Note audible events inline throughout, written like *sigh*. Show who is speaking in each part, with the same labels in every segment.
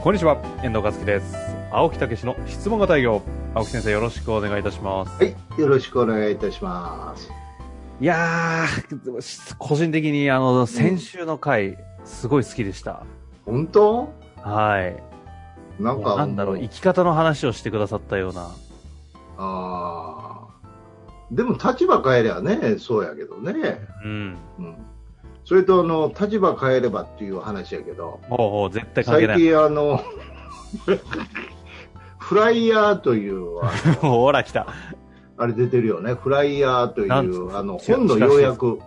Speaker 1: こんにちは、遠藤和樹です。青木武の質問型営業。青木先生、よろしくお願いいたします。
Speaker 2: はい、よろしくお願いいたします。
Speaker 1: いやー、個人的に、あの、先週の回、すごい好きでした。
Speaker 2: 本当
Speaker 1: はい。
Speaker 2: なんか、
Speaker 1: なんだろう、生き方の話をしてくださったような。
Speaker 2: あーでも立場変えりゃね、そうやけどね。
Speaker 1: うん。
Speaker 2: うん、それとあの、立場変えればっていう話やけど、
Speaker 1: おうおう絶対関係
Speaker 2: 最
Speaker 1: ない。
Speaker 2: 近あの、 *laughs* フライヤーという、あ
Speaker 1: *laughs* ほら、来た。
Speaker 2: あれ出てるよね、フライヤーとい
Speaker 1: なんつう
Speaker 2: う、あの、
Speaker 1: 違う
Speaker 2: 本の要約、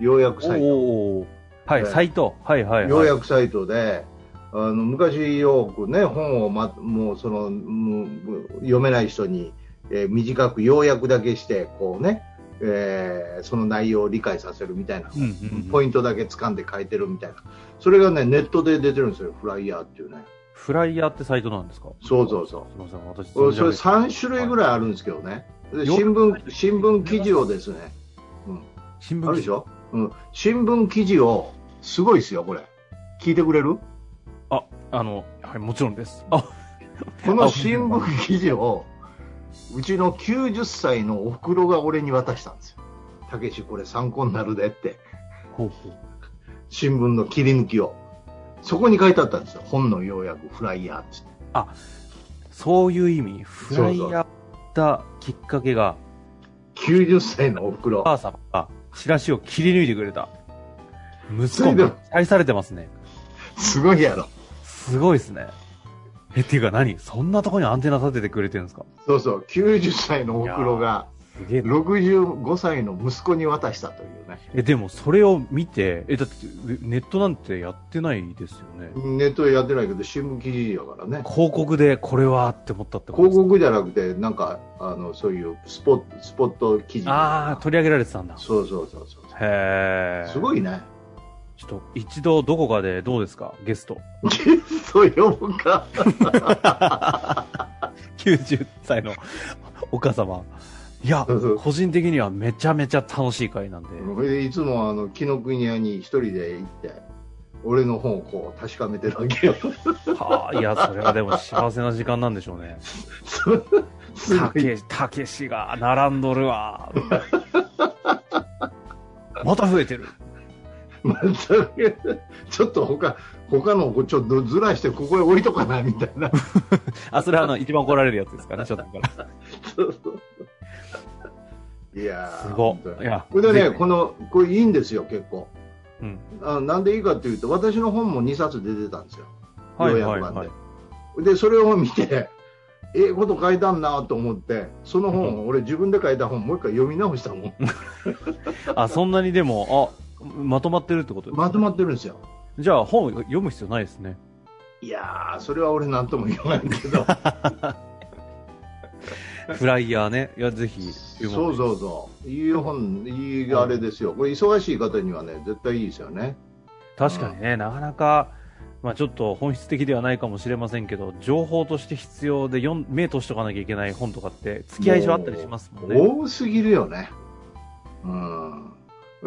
Speaker 2: 要約
Speaker 1: お
Speaker 2: サ
Speaker 1: う
Speaker 2: イト。
Speaker 1: おうおうはい、
Speaker 2: ね
Speaker 1: サイト。はい、はい、はい。
Speaker 2: 要約サイトで、あの昔よくね、本を、ま、もうそのもう読めない人に、えー短く要約だけして、こうね、えーその内容を理解させるみたいな、
Speaker 1: うんうんうん
Speaker 2: ポイントだけ掴んで書いてるみたいな、それがね、ネットで出てるんですよ、フライヤーっていうね。
Speaker 1: フライヤーってサイトなんですか
Speaker 2: そうそうそう
Speaker 1: すみません、私、
Speaker 2: それ
Speaker 1: 存じ上げて
Speaker 2: 3種類ぐらいあるんですけどね。で
Speaker 1: よ
Speaker 2: 新聞、新聞記事をですね、
Speaker 1: 新
Speaker 2: あ
Speaker 1: 聞
Speaker 2: るで
Speaker 1: 記
Speaker 2: しょ、うん、新聞記事を、すごいですよ、これ。聞いてくれる
Speaker 1: あ、あの、はい、もちろんです。あ、
Speaker 2: この新聞記事をうちの90歳のおふくろが俺に渡したんですよ。たけし、これ参考になるでって、
Speaker 1: ほうほう。
Speaker 2: 新聞の切り抜きを。そこに書いてあったんですよ。本の要約、フライヤーっつって。
Speaker 1: そういう意味、フライヤーだきっかけが、
Speaker 2: 90歳のおふくろ
Speaker 1: お。母様がチラシを切り抜いてくれた。息
Speaker 2: それ
Speaker 1: 子
Speaker 2: で
Speaker 1: も
Speaker 2: も
Speaker 1: 愛されてますね。
Speaker 2: すごいやろ。
Speaker 1: すごいですね。え、っていうか何そんなとこにアンテナ立ててくれてるんですか
Speaker 2: そうそう。90歳のおふくろが
Speaker 1: すげえな。
Speaker 2: 65歳の息子に渡したというね。
Speaker 1: え、でもそれを見て、え、だってネットなんてやってないですよね。
Speaker 2: ネットでやってないけど、新聞記事やからね。
Speaker 1: 広告でこれはって思ったってことで
Speaker 2: 広
Speaker 1: すか
Speaker 2: 告じゃなくて、なんか、あの、そういうスポット、スポット記事。
Speaker 1: ああ、取り上げられてたんだ。
Speaker 2: そうそうそうそう。
Speaker 1: へえ。
Speaker 2: すごいね。
Speaker 1: ちょっと一度どこかでどうですかゲスト。
Speaker 2: ゲスト呼ぶか。
Speaker 1: 90歳のお母様。いや
Speaker 2: そうそう、
Speaker 1: 個人的にはめちゃめちゃ楽しい回なんで。
Speaker 2: それでいつもあの紀ノ国屋に一人で行って、俺の本をこう確かめてるわけよ。
Speaker 1: はあ、いや、それはでも幸せな時間なんでしょう *laughs* ね。
Speaker 2: す
Speaker 1: た
Speaker 2: ごい。
Speaker 1: け、たけしが並んどる *laughs* わ。また増えてる。
Speaker 2: 全く *laughs* ちょっと他他のをちょっとずらしてここへ置いとかなみたいな。
Speaker 1: あ、それはあの、一番怒られるやつですかね、ちょっとから。
Speaker 2: いやー
Speaker 1: すご
Speaker 2: 本当に
Speaker 1: いや
Speaker 2: これ
Speaker 1: ぜ
Speaker 2: で
Speaker 1: ひ
Speaker 2: ねこのこれいいんですよ結構。
Speaker 1: うん
Speaker 2: あなんでいいかというと私の本も2冊出てたんですよ。
Speaker 1: はい
Speaker 2: 要
Speaker 1: はい
Speaker 2: 約版で
Speaker 1: はい。
Speaker 2: で、それを見て、 *laughs* ええこと書いたんなと思って、その本、俺自分で書いた本、もう一回読み直したもん。
Speaker 1: あ、そんなにでも、あ、まとまってるってことですね
Speaker 2: まとまってるんですよ。
Speaker 1: じゃあ本読む必要ないですね。
Speaker 2: いやー、それは俺なんとも言わない
Speaker 1: *laughs*
Speaker 2: けど。
Speaker 1: フライヤーね。いや、ぜひ、
Speaker 2: そうそうそう。いい本、いいあれですよ。これ忙しい方にはね、絶対いいですよね。
Speaker 1: 確かにね、なかなか、まあ、ちょっと本質的ではないかもしれませんけど、情報として必要で読ん目通しておかなきゃいけない本とかって、付き合い上あったりしますもんね。
Speaker 2: 多すぎるよね。う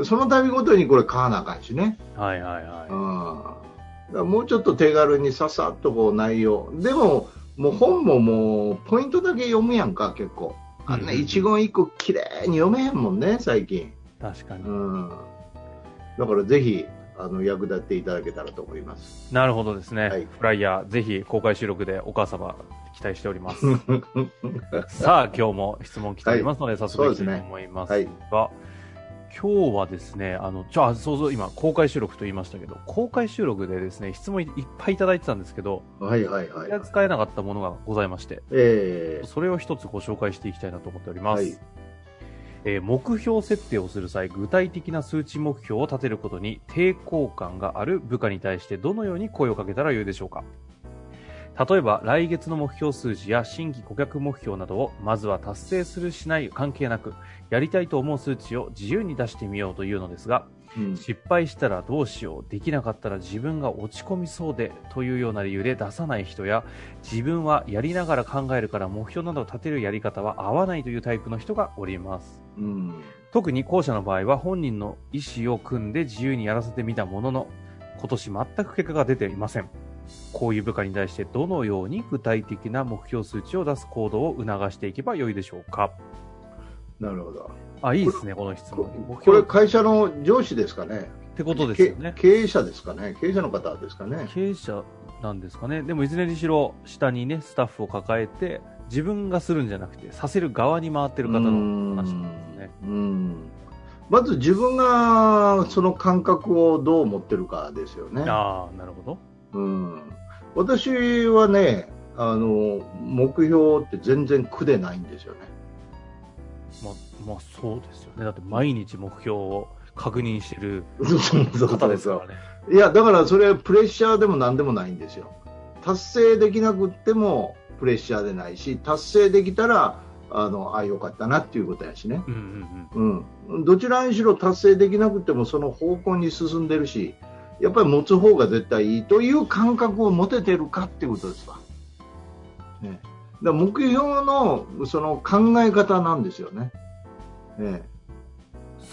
Speaker 2: ん。その度ごとにこれ買わなあかんしね。
Speaker 1: はいはいはい。
Speaker 2: うんだからもうちょっと手軽にささっとこう内容でももう本ももうポイントだけ読むやんか結構あんな
Speaker 1: うんうんうん
Speaker 2: 一言一句綺麗に読めへんもんね最近、
Speaker 1: 確かに
Speaker 2: う。ん、だからぜひあの役立っていただけたらと思います
Speaker 1: なるほどですね、
Speaker 2: はい
Speaker 1: フライヤー、ぜひ公開収録でお母様、期待しております。さあ、今日も質問来ておりますので、早速いきたいと思いますが、
Speaker 2: そうです
Speaker 1: 今日はですね、あの、じゃあ、そうそう、今、公開収録と言いましたけど、公開収録でですね、質問いっぱいいただいてたんですけど、
Speaker 2: *laughs* はいはいはいはい
Speaker 1: 使えなかったものがございまして、
Speaker 2: え
Speaker 1: それを一つご紹介していきたいなと思っております。
Speaker 2: はい
Speaker 1: えー目標設定をする際具体的な数値目標を立てることに抵抗感がある部下に対してどのように声をかけたらよいでしょうか例えば来月の目標数字や新規顧客目標などをまずは達成するしない関係なくやりたいと思う数値を自由に出してみようというのですが
Speaker 2: うん
Speaker 1: 失敗したらどうしようできなかったら自分が落ち込みそうでというような理由で出さない人や自分はやりながら考えるから目標などを立てるやり方は合わないというタイプの人がおります
Speaker 2: うん
Speaker 1: 特に後者の場合は本人の意思を組んで自由にやらせてみたものの今年全く結果が出ていませんこういう部下に対してどのように具体的な目標数値を出す行動を促していけばよいでしょうか
Speaker 2: なるほど
Speaker 1: あいいですねこの質問
Speaker 2: こ
Speaker 1: 目
Speaker 2: これ
Speaker 1: 標っ
Speaker 2: 会社の上司ですかね
Speaker 1: てことですよね
Speaker 2: け経営者ですかね経営者の方ですかね
Speaker 1: 経営者なんですかねでもいずれにしろ下にねスタッフを抱えて自分がするんじゃなくてさせる側に回ってる方の話なんですね
Speaker 2: うんうんまず自分がその感覚をどう持ってるかですよね。
Speaker 1: ああなるほど
Speaker 2: うん、私はねあの目標って全然苦でないんですよね。
Speaker 1: ままあそうですよねだって毎日目標を確認してる方
Speaker 2: 方
Speaker 1: ですからね
Speaker 2: いやだからそれはプレッシャーでも何でもないんですよ。達成できなくってもプレッシャーでないし達成できたらあのあよかったなっていうことやしね。
Speaker 1: うんうん
Speaker 2: うん、どちらにしろ達成できなくてもその方向に進んでるしやっぱり持つ方が絶対いいという感覚を持ててるかっていうことですわ、ね、だから目標のその考え方なんですよね、ね
Speaker 1: うん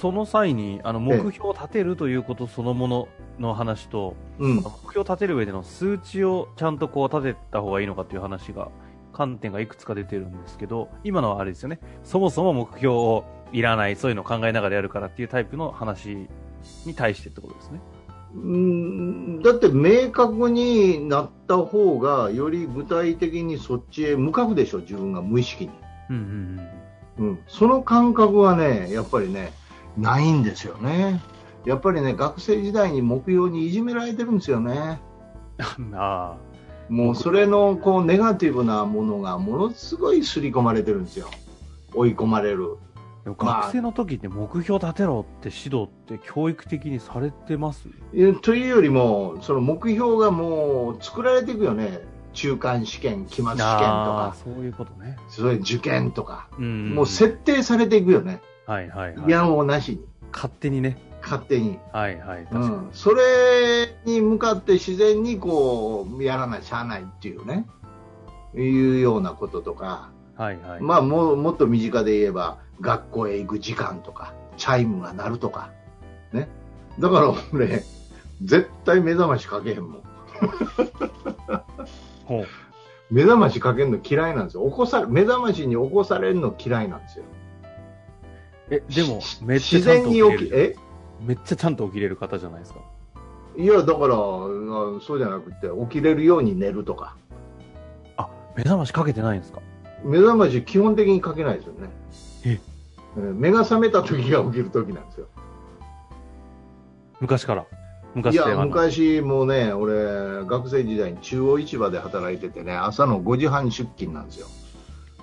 Speaker 1: その際にあの目標を立てるということそのものの話と、
Speaker 2: うん
Speaker 1: 目、標を立てる上での数値をちゃんとこう立てた方がいいのかという話が観点がいくつか出てるんですけど今のはあれですよねそもそも目標をいらないそういうのを考えながらやるからっていうタイプの話に対してってことですね
Speaker 2: うんだって明確になった方がより具体的にそっちへ向かうでしょ自分が無意識に、
Speaker 1: うんうん
Speaker 2: うん、その感覚はね、やっぱりね、ないんですよね。やっぱりね、学生時代に目標にいじめられてるんですよね。
Speaker 1: うん *laughs* あ
Speaker 2: もうそれのこうネガティブなものがものすごい刷り込まれてるんですよ。追い込まれる。
Speaker 1: ーでも学生の時って目標立てろって指導って教育的にされてます
Speaker 2: えというよりも、その目標がもう作られていくよね。中間試験、期末試験と
Speaker 1: あ
Speaker 2: か、
Speaker 1: ーそういうことね、
Speaker 2: そういう受験とか、
Speaker 1: うん
Speaker 2: もう設定されていくよね。
Speaker 1: はいはい、はい、
Speaker 2: やんをなしに、
Speaker 1: 勝手にね
Speaker 2: 勝手に。
Speaker 1: はいはい確か
Speaker 2: う
Speaker 1: に、
Speaker 2: ん、それに向かって自然にこうやらないしゃあないっていうねいうようなこととか、
Speaker 1: はいはい、
Speaker 2: まあ、もうもっと身近で言えば学校へ行く時間とかチャイムが鳴るとか、ね、だから俺絶対目覚ましかけへんもん
Speaker 1: ほう
Speaker 2: 目覚ましかけるの嫌いなんですよ起こさ目覚ましに起こされるの嫌いなんですよ
Speaker 1: えでもめっちゃ
Speaker 2: 自
Speaker 1: ちゃん
Speaker 2: 然
Speaker 1: と
Speaker 2: に
Speaker 1: 起きれる
Speaker 2: 起きえ
Speaker 1: めっちゃちゃんと起きれる方じゃないですか。
Speaker 2: いやだからあそうじゃなくて起きれるように寝るとか
Speaker 1: 目覚ましかけてないんですか
Speaker 2: 目覚まし基本的にかけないですよね
Speaker 1: え
Speaker 2: えー目が覚めた時が起きる時なんですよ
Speaker 1: 昔から。
Speaker 2: い
Speaker 1: 昔で
Speaker 2: や
Speaker 1: はな
Speaker 2: 昔もうね俺学生時代に中央市場で働いててね朝の5時半出勤なんですよ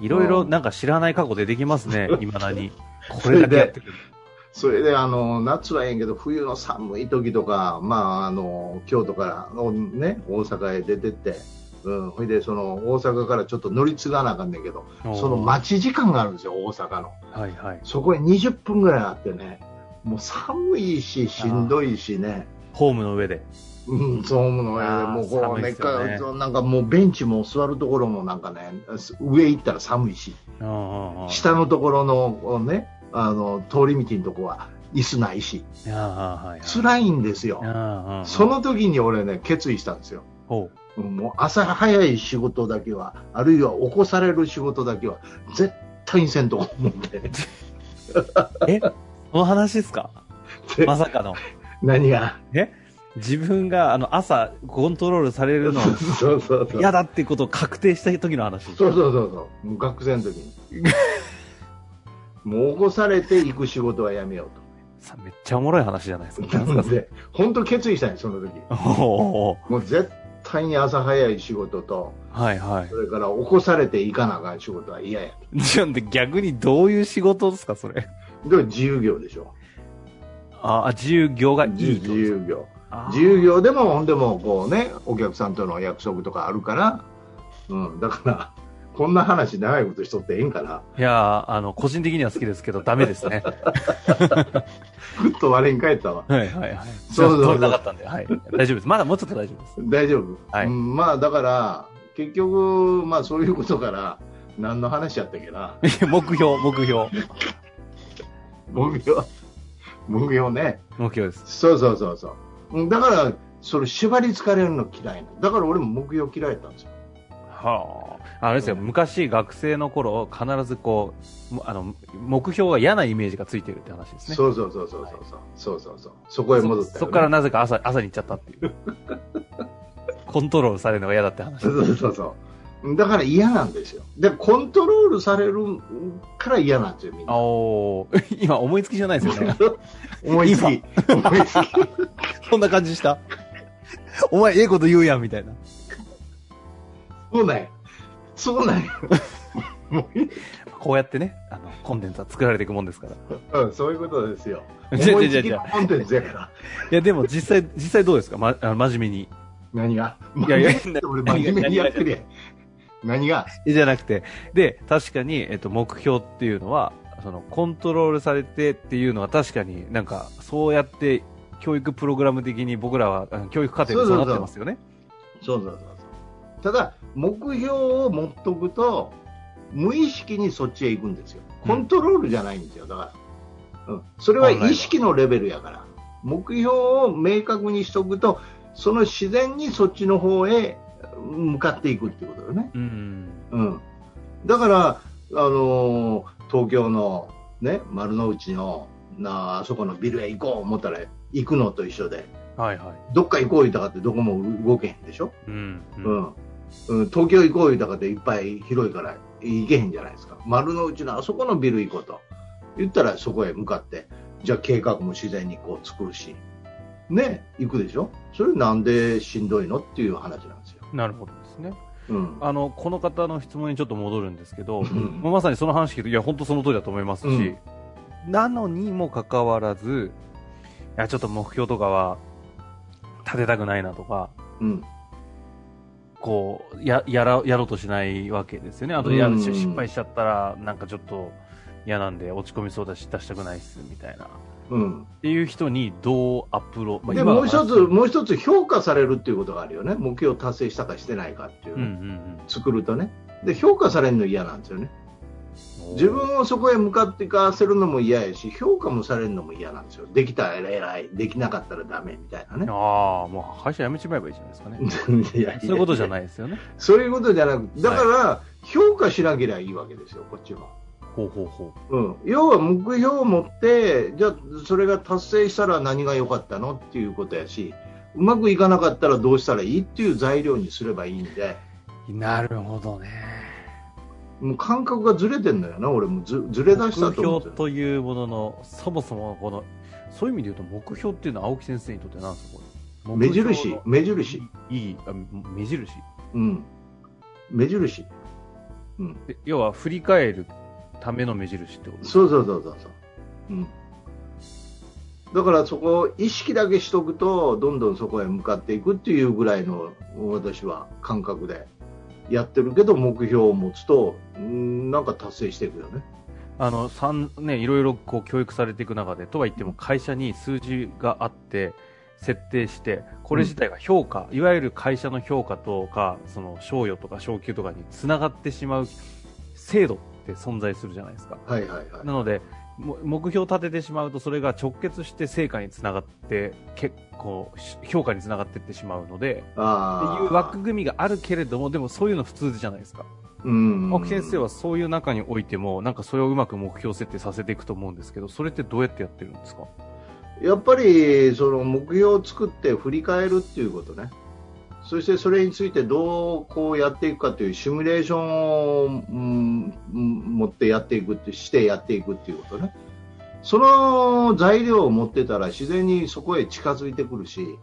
Speaker 1: いろいろなんか知らない過去出てきます
Speaker 2: *laughs*
Speaker 1: ね、いまだに。これだけやってくる。
Speaker 2: それであの夏はええんけど冬の寒い時とか、まあ、あの京都から、おね、大阪へ出てって、うん、ほいでその大阪からちょっと乗り継がなあかんねんけどその
Speaker 1: ま
Speaker 2: 待ち時間があるんですよ大阪の。
Speaker 1: はいはい。
Speaker 2: そこへ20分ぐらいあってね、もう寒いし、しんどいしね、
Speaker 1: ホームの上で。
Speaker 2: うん、そう思うの
Speaker 1: あー
Speaker 2: ね、もうこう
Speaker 1: 寒い
Speaker 2: ね
Speaker 1: っすよね
Speaker 2: かなんかもうベンチも座るところもなんかね、上行ったら寒いし、
Speaker 1: うんうんうん
Speaker 2: 下のところのこうね、あの通り道のとこは椅子ないし、
Speaker 1: いやーはいはい
Speaker 2: 辛いんですよ。
Speaker 1: うんうんうん
Speaker 2: その時に俺ね、決意したんですよ。
Speaker 1: ほう
Speaker 2: もう朝早い仕事だけは、あるいは起こされる仕事だけは、絶対にせんと思 *laughs* って、
Speaker 1: えこの話ですか
Speaker 2: で
Speaker 1: まさかの。
Speaker 2: 何が。
Speaker 1: 自分があの朝コントロールされる
Speaker 2: *laughs*
Speaker 1: の
Speaker 2: そうそうそう。
Speaker 1: 嫌だっていうことを確定した時の話。
Speaker 2: そうそうそうそう、もう学生の時に。もう起こされて行く仕事はやめよ
Speaker 1: さめっちゃおもろい話じゃないです
Speaker 2: う
Speaker 1: か。な
Speaker 2: と。 *laughs*
Speaker 1: んすか
Speaker 2: なんで、本当決意したんよその時。
Speaker 1: おー
Speaker 2: もう絶対に朝早い仕事と、
Speaker 1: はいはい
Speaker 2: そ。れから起こされて行かなあかん仕事は嫌や
Speaker 1: じゃんで逆にどういう仕事ですか、それ。
Speaker 2: でも自由業でしょ。
Speaker 1: ああ、自由業がいいってこと
Speaker 2: 自
Speaker 1: ですか
Speaker 2: 由業。
Speaker 1: あー
Speaker 2: 自由業でも、ほんでもこうね、お客さんとの約束とかあるから、うん、だから、こんな話長いことしとってええんかな。
Speaker 1: いやーあの、個人的には好きですけど、ダメです
Speaker 2: *laughs*
Speaker 1: ね。
Speaker 2: ふっと我に返ったわ。
Speaker 1: はいはいはい。
Speaker 2: そうそうそう
Speaker 1: 取れなかったんで、はい。大丈夫です。まだもうちょっと大丈夫です。
Speaker 2: 大丈夫。
Speaker 1: はい
Speaker 2: うん、まあ、だから、結局、まあ、そういうことから、何の話やったっけ
Speaker 1: *laughs*
Speaker 2: な。
Speaker 1: いや目標、目標。
Speaker 2: 目標、目標ね。
Speaker 1: 目標です。
Speaker 2: そうそうそうそううん。だから、それ縛りつかれるの嫌いなのだから俺も目標嫌いだったんですよ。
Speaker 1: はあ。あれですよ、昔学生の頃、必ずこう、もあの、目標が嫌なイメージがついてるって話ですね。
Speaker 2: そうそうそうそうそうそう。そうそうそう。そこへ戻ったよ、ね。
Speaker 1: そこからなぜか朝、朝に行っちゃったって
Speaker 2: *laughs*
Speaker 1: いう。コントロールされるのが嫌だって話。
Speaker 2: そうそうそうそう。だから嫌なんですよ。で、コントロールされるから嫌なんですよ、みん
Speaker 1: あ
Speaker 2: な。
Speaker 1: おー *laughs* 今思いつきじゃないですよね。
Speaker 2: *laughs* 思いつき。 *laughs* 思いつき。
Speaker 1: そんな感じした。お前、ええこと言うやん、みたいな。
Speaker 2: そうなんや。そうなんや。
Speaker 1: こうやってね、あの、コンテンツは作られていくもんですから。
Speaker 2: うん、そういうことですよ。
Speaker 1: 違う
Speaker 2: 思い
Speaker 1: 違う
Speaker 2: つき
Speaker 1: 違う
Speaker 2: のコンテンツやから。
Speaker 1: いや、でも実際、実際どうですかま、あの真面目に。
Speaker 2: 何が
Speaker 1: いやいや
Speaker 2: 俺真面目にやってるやん。何が
Speaker 1: じゃなくて。で、確かに、えっと、目標っていうのは、その、コントロールされてっていうのは確かになんか、そうやって、教育プログラム的に僕らは、あの教育課程で
Speaker 2: そうそう
Speaker 1: 育
Speaker 2: そう
Speaker 1: ってますよね。
Speaker 2: そうそうそうそう。ただ、目標を持っとくと、無意識にそっちへ行くんですよ。コントロールじゃないんですよ。だから、うん、それは意識のレベルやから。目標を明確にしとくと、その自然にそっちの方へ向かっていくってことよね。
Speaker 1: うん。
Speaker 2: うん。だから、あのー東京のね、丸の内の、なあそこのビルへ行こう思ったら、行くのと一緒で、
Speaker 1: はいは
Speaker 2: どっか行こう言ったかってどこも動けへんでしょ
Speaker 1: い。うん。うん
Speaker 2: うんうん、東京行こう言うたかていっぱい広いから行けへんじゃないですか丸の内のあそこのビル行こうと言ったらそこへ向かってじゃあ計画も自然にこう作るしね行くでしょそれなんでしんどいのっていう話なんですよ、
Speaker 1: なるほどですね。
Speaker 2: うん
Speaker 1: あの、この方の質問にちょっと戻るんですけど、
Speaker 2: うん
Speaker 1: もうまさにその話聞くと、いや、本当その通りだと思いますし、なのにもかかわらず、いや、ちょっと目標とかは立てたくないなとか、
Speaker 2: うん
Speaker 1: こう、や、やら、やろうとしないわけですよね。あと、やるし、
Speaker 2: うん
Speaker 1: 失敗しちゃったら、なんかちょっと嫌なんで、落ち込みそうだし、出したくないっす、みたいな。っ
Speaker 2: うん
Speaker 1: ていう人にどうアップロード、
Speaker 2: で
Speaker 1: 今の
Speaker 2: もう
Speaker 1: 話
Speaker 2: 一つもう一つ評価されるっていうことがあるよね目標達成したかしてないかっていう
Speaker 1: うん
Speaker 2: ね、
Speaker 1: うん
Speaker 2: 作るとねで評価されるの嫌なんですよね
Speaker 1: うん。
Speaker 2: 自分をそこへ向かっていかせるのも嫌やし評価もされるのも嫌なんですよできたら偉いできなかったらダメみたいなね
Speaker 1: ああ、もう会社辞めちまえばいいじゃないですかね。
Speaker 2: *laughs* いや
Speaker 1: そういうことじゃ
Speaker 2: いや
Speaker 1: ないですよね。
Speaker 2: そういうことじゃなくだから評価しなければいいわけですよこっちも、
Speaker 1: ほうほうほう。
Speaker 2: うん、要は目標を持ってじゃあそれが達成したら何が良かったのっていうことやしうまくいかなかったらどうしたらいいっていう材料にすればいいんで
Speaker 1: なるほどね。
Speaker 2: もう感覚がずれてんのよな俺もずずれ出した
Speaker 1: 目
Speaker 2: と思って
Speaker 1: 標
Speaker 2: る
Speaker 1: というものの、そもそもこの、そういう意味で言うと目標っていうのは青木先生にとって何ですかこれ
Speaker 2: 目印目印。
Speaker 1: いい、あ目印。
Speaker 2: うん目印うん
Speaker 1: で要は振り返るための目印ってことです
Speaker 2: そうそうそうそうそう。うん。だからそこを意識だけしとくと、どんどんそこへ向かっていくっていうぐらいの私は感覚でやってるけど、目標を持つと、うんなんか達成していくよね。
Speaker 1: あの三ねいろいろこう教育されていく中でとは言っても会社に数字があって設定してこれ自体が評価、いわゆる会社の評価とかその賞与とか昇給とかにつながってしまう制度って存在するじゃないですか。
Speaker 2: はいはいはい。
Speaker 1: なので、も目標を立ててしまうと、それが直結して成果につながって、結構、し評価につながっていってしまうので、って
Speaker 2: ああ。
Speaker 1: いう枠組みがあるけれども、でもそういうの普通じゃないですか。
Speaker 2: うん。
Speaker 1: 青木先生はそういう中においても、なんかそれをうまく目標設定させていくと思うんですけど、それってどうやってやってるんですか
Speaker 2: やっぱりその目標を作って振り返るっていうことね、そしてそれについてどうこうやっていくかというシミュレーションを、うんうん持ってやっていくってしてやっていくっていうことね、その材料を持ってたら自然にそこへ近づいてくるし、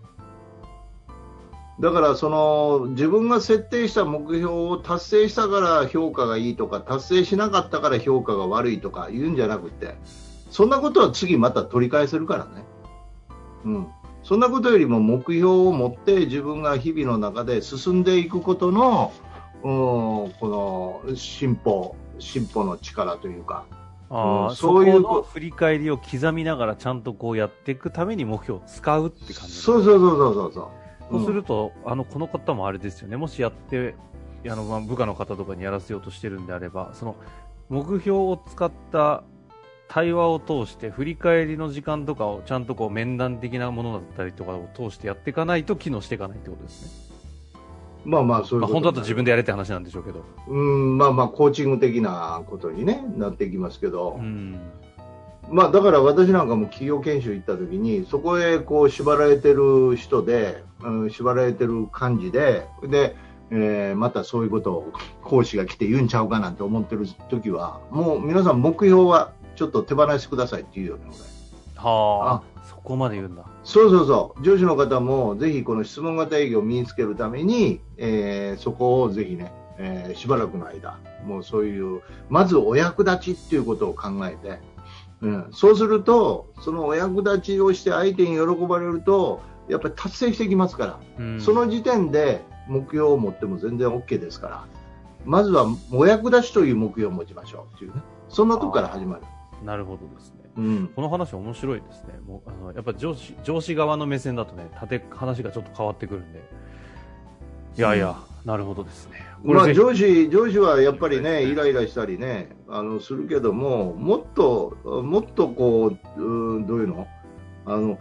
Speaker 2: だからその自分が設定した目標を達成したから評価がいいとか達成しなかったから評価が悪いとか言うんじゃなくてそんなことは次また取り返せるからね。うん。そんなことよりも目標を持って自分が日々の中で進んでいくことの、うん、この進歩、進歩の力というか、
Speaker 1: あ
Speaker 2: う
Speaker 1: あ、
Speaker 2: ん
Speaker 1: そ
Speaker 2: そうう
Speaker 1: い
Speaker 2: いうう
Speaker 1: 振り返りを刻みながらちゃんとこうやっていくために目標を使うって感じ。
Speaker 2: そうそうそうそうそう。
Speaker 1: そうす
Speaker 2: うん
Speaker 1: ると、あの、この方もあれですよね。もしやって、あの、まあ部下の方とかにやらせようとしてるんであれば、その、目標を使った対話を通して、振り返りの時間とかをちゃんとこう面談的なものだったりとかを通してやっていかないと機能していかないってことですね。
Speaker 2: まあまあ、そ
Speaker 1: ま
Speaker 2: ういうこ
Speaker 1: あ、
Speaker 2: と。
Speaker 1: 本当だと自分でやれって話なんでしょうけど。
Speaker 2: うん、まあまあ、コーチング的なことに、ね、なってきますけど。
Speaker 1: うん。
Speaker 2: まあ、だから私なんかも企業研修行った時にそこへこう縛られてる人で、うん、縛られてる感じでで、えーまたそういうことを講師が来て言うんちゃうかなんて思ってる時はもう皆さん目標はちょっと手放してくださいって言うよね俺
Speaker 1: はあ、そこまで言うんだ。
Speaker 2: そうそうそう上司の方もぜひこの質問型営業を身につけるために、えーそこをぜひね、えーしばらくの間もうそういうまずお役立ちっていうことを考えて、うん、そうするとそのお役立ちをして相手に喜ばれるとやっぱり達成してきますから、
Speaker 1: うん
Speaker 2: その時点で目標を持っても全然 OK ですからまずはお役立ちという目標を持ちましょうっていうねそんなとこから始まる。
Speaker 1: なるほどですね。
Speaker 2: うん
Speaker 1: この話面白いですね。もうあのやっぱ上司上司側の目線だとね、縦話がちょっと変わってくるんで。いやいや、なるほどですね。こ
Speaker 2: まあ、
Speaker 1: れぜひ、
Speaker 2: 上司上司はやっぱりね、イライラしたりね、あのするけども、もっと、もっとこう、うんどういうのあの、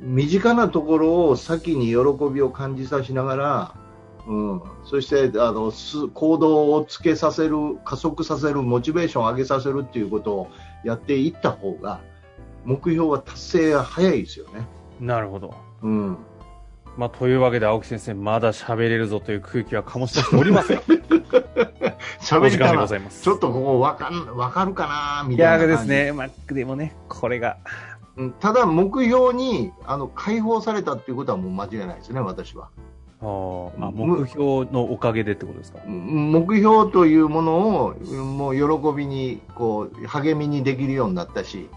Speaker 2: 身近なところを先に喜びを感じさせながら、うん、そしてあのす行動をつけさせる、加速させる、モチベーションを上げさせるっていうことをやっていった方が、目標は達成が早いですよね。
Speaker 1: なるほど。 *laughs*
Speaker 2: うん、
Speaker 1: まあ、というわけで、青木先生、まだ喋れるぞという空気は醸し出しております *laughs* よ。お
Speaker 2: 喋
Speaker 1: 時間でございます。
Speaker 2: ちょっとここわかん、わかるかなみ
Speaker 1: い
Speaker 2: た
Speaker 1: や
Speaker 2: いな感じ。
Speaker 1: ですね、まあ、でもね、これが。
Speaker 2: うんただ、目標にあの解放されたっていうことはもう間違いないですね、私は。
Speaker 1: あーまあ、
Speaker 2: む
Speaker 1: 目標のおかげでってことですか。
Speaker 2: うん目標というものをうんもう喜びにこう励みにできるようになったし、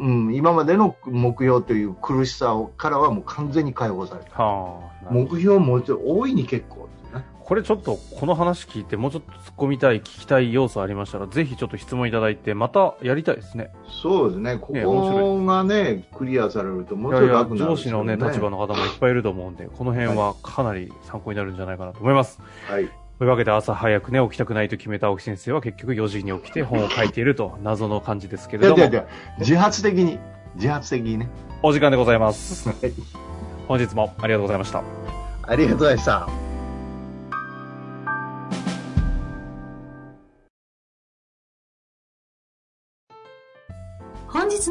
Speaker 2: うん、今までの目標という苦しさをからはもう完全に解放された。
Speaker 1: はあ、なるほ
Speaker 2: 目
Speaker 1: ど
Speaker 2: 標もうちょい大いに結構っていうね
Speaker 1: これちょっとこの話聞いてもうちょっと突っ込みたい聞きたい要素ありましたらぜひちょっと質問いただいてまたやりたいですね
Speaker 2: そうですね、こ
Speaker 1: ね面白
Speaker 2: こがね、クリアされるともう
Speaker 1: いや
Speaker 2: ちょ
Speaker 1: い
Speaker 2: っと
Speaker 1: や
Speaker 2: 楽になるん
Speaker 1: 上
Speaker 2: です
Speaker 1: 司
Speaker 2: よ
Speaker 1: の、
Speaker 2: ね。
Speaker 1: ね、立場の方もいっぱいいると思うんでこの辺はかなり参考になるんじゃないかなと思います、
Speaker 2: はい。
Speaker 1: というわけで朝早くね起きたくないと決めた青木先生は結局4時に起き
Speaker 2: *laughs*
Speaker 1: て本を書いていると謎の感じですけ
Speaker 2: い
Speaker 1: れ
Speaker 2: や
Speaker 1: ど
Speaker 2: いや
Speaker 1: も
Speaker 2: いや、自発的に、自発的にね。
Speaker 1: お時間でございます
Speaker 2: はい
Speaker 1: 本日もありがとうございました
Speaker 2: ありがとうございました。
Speaker 3: 本日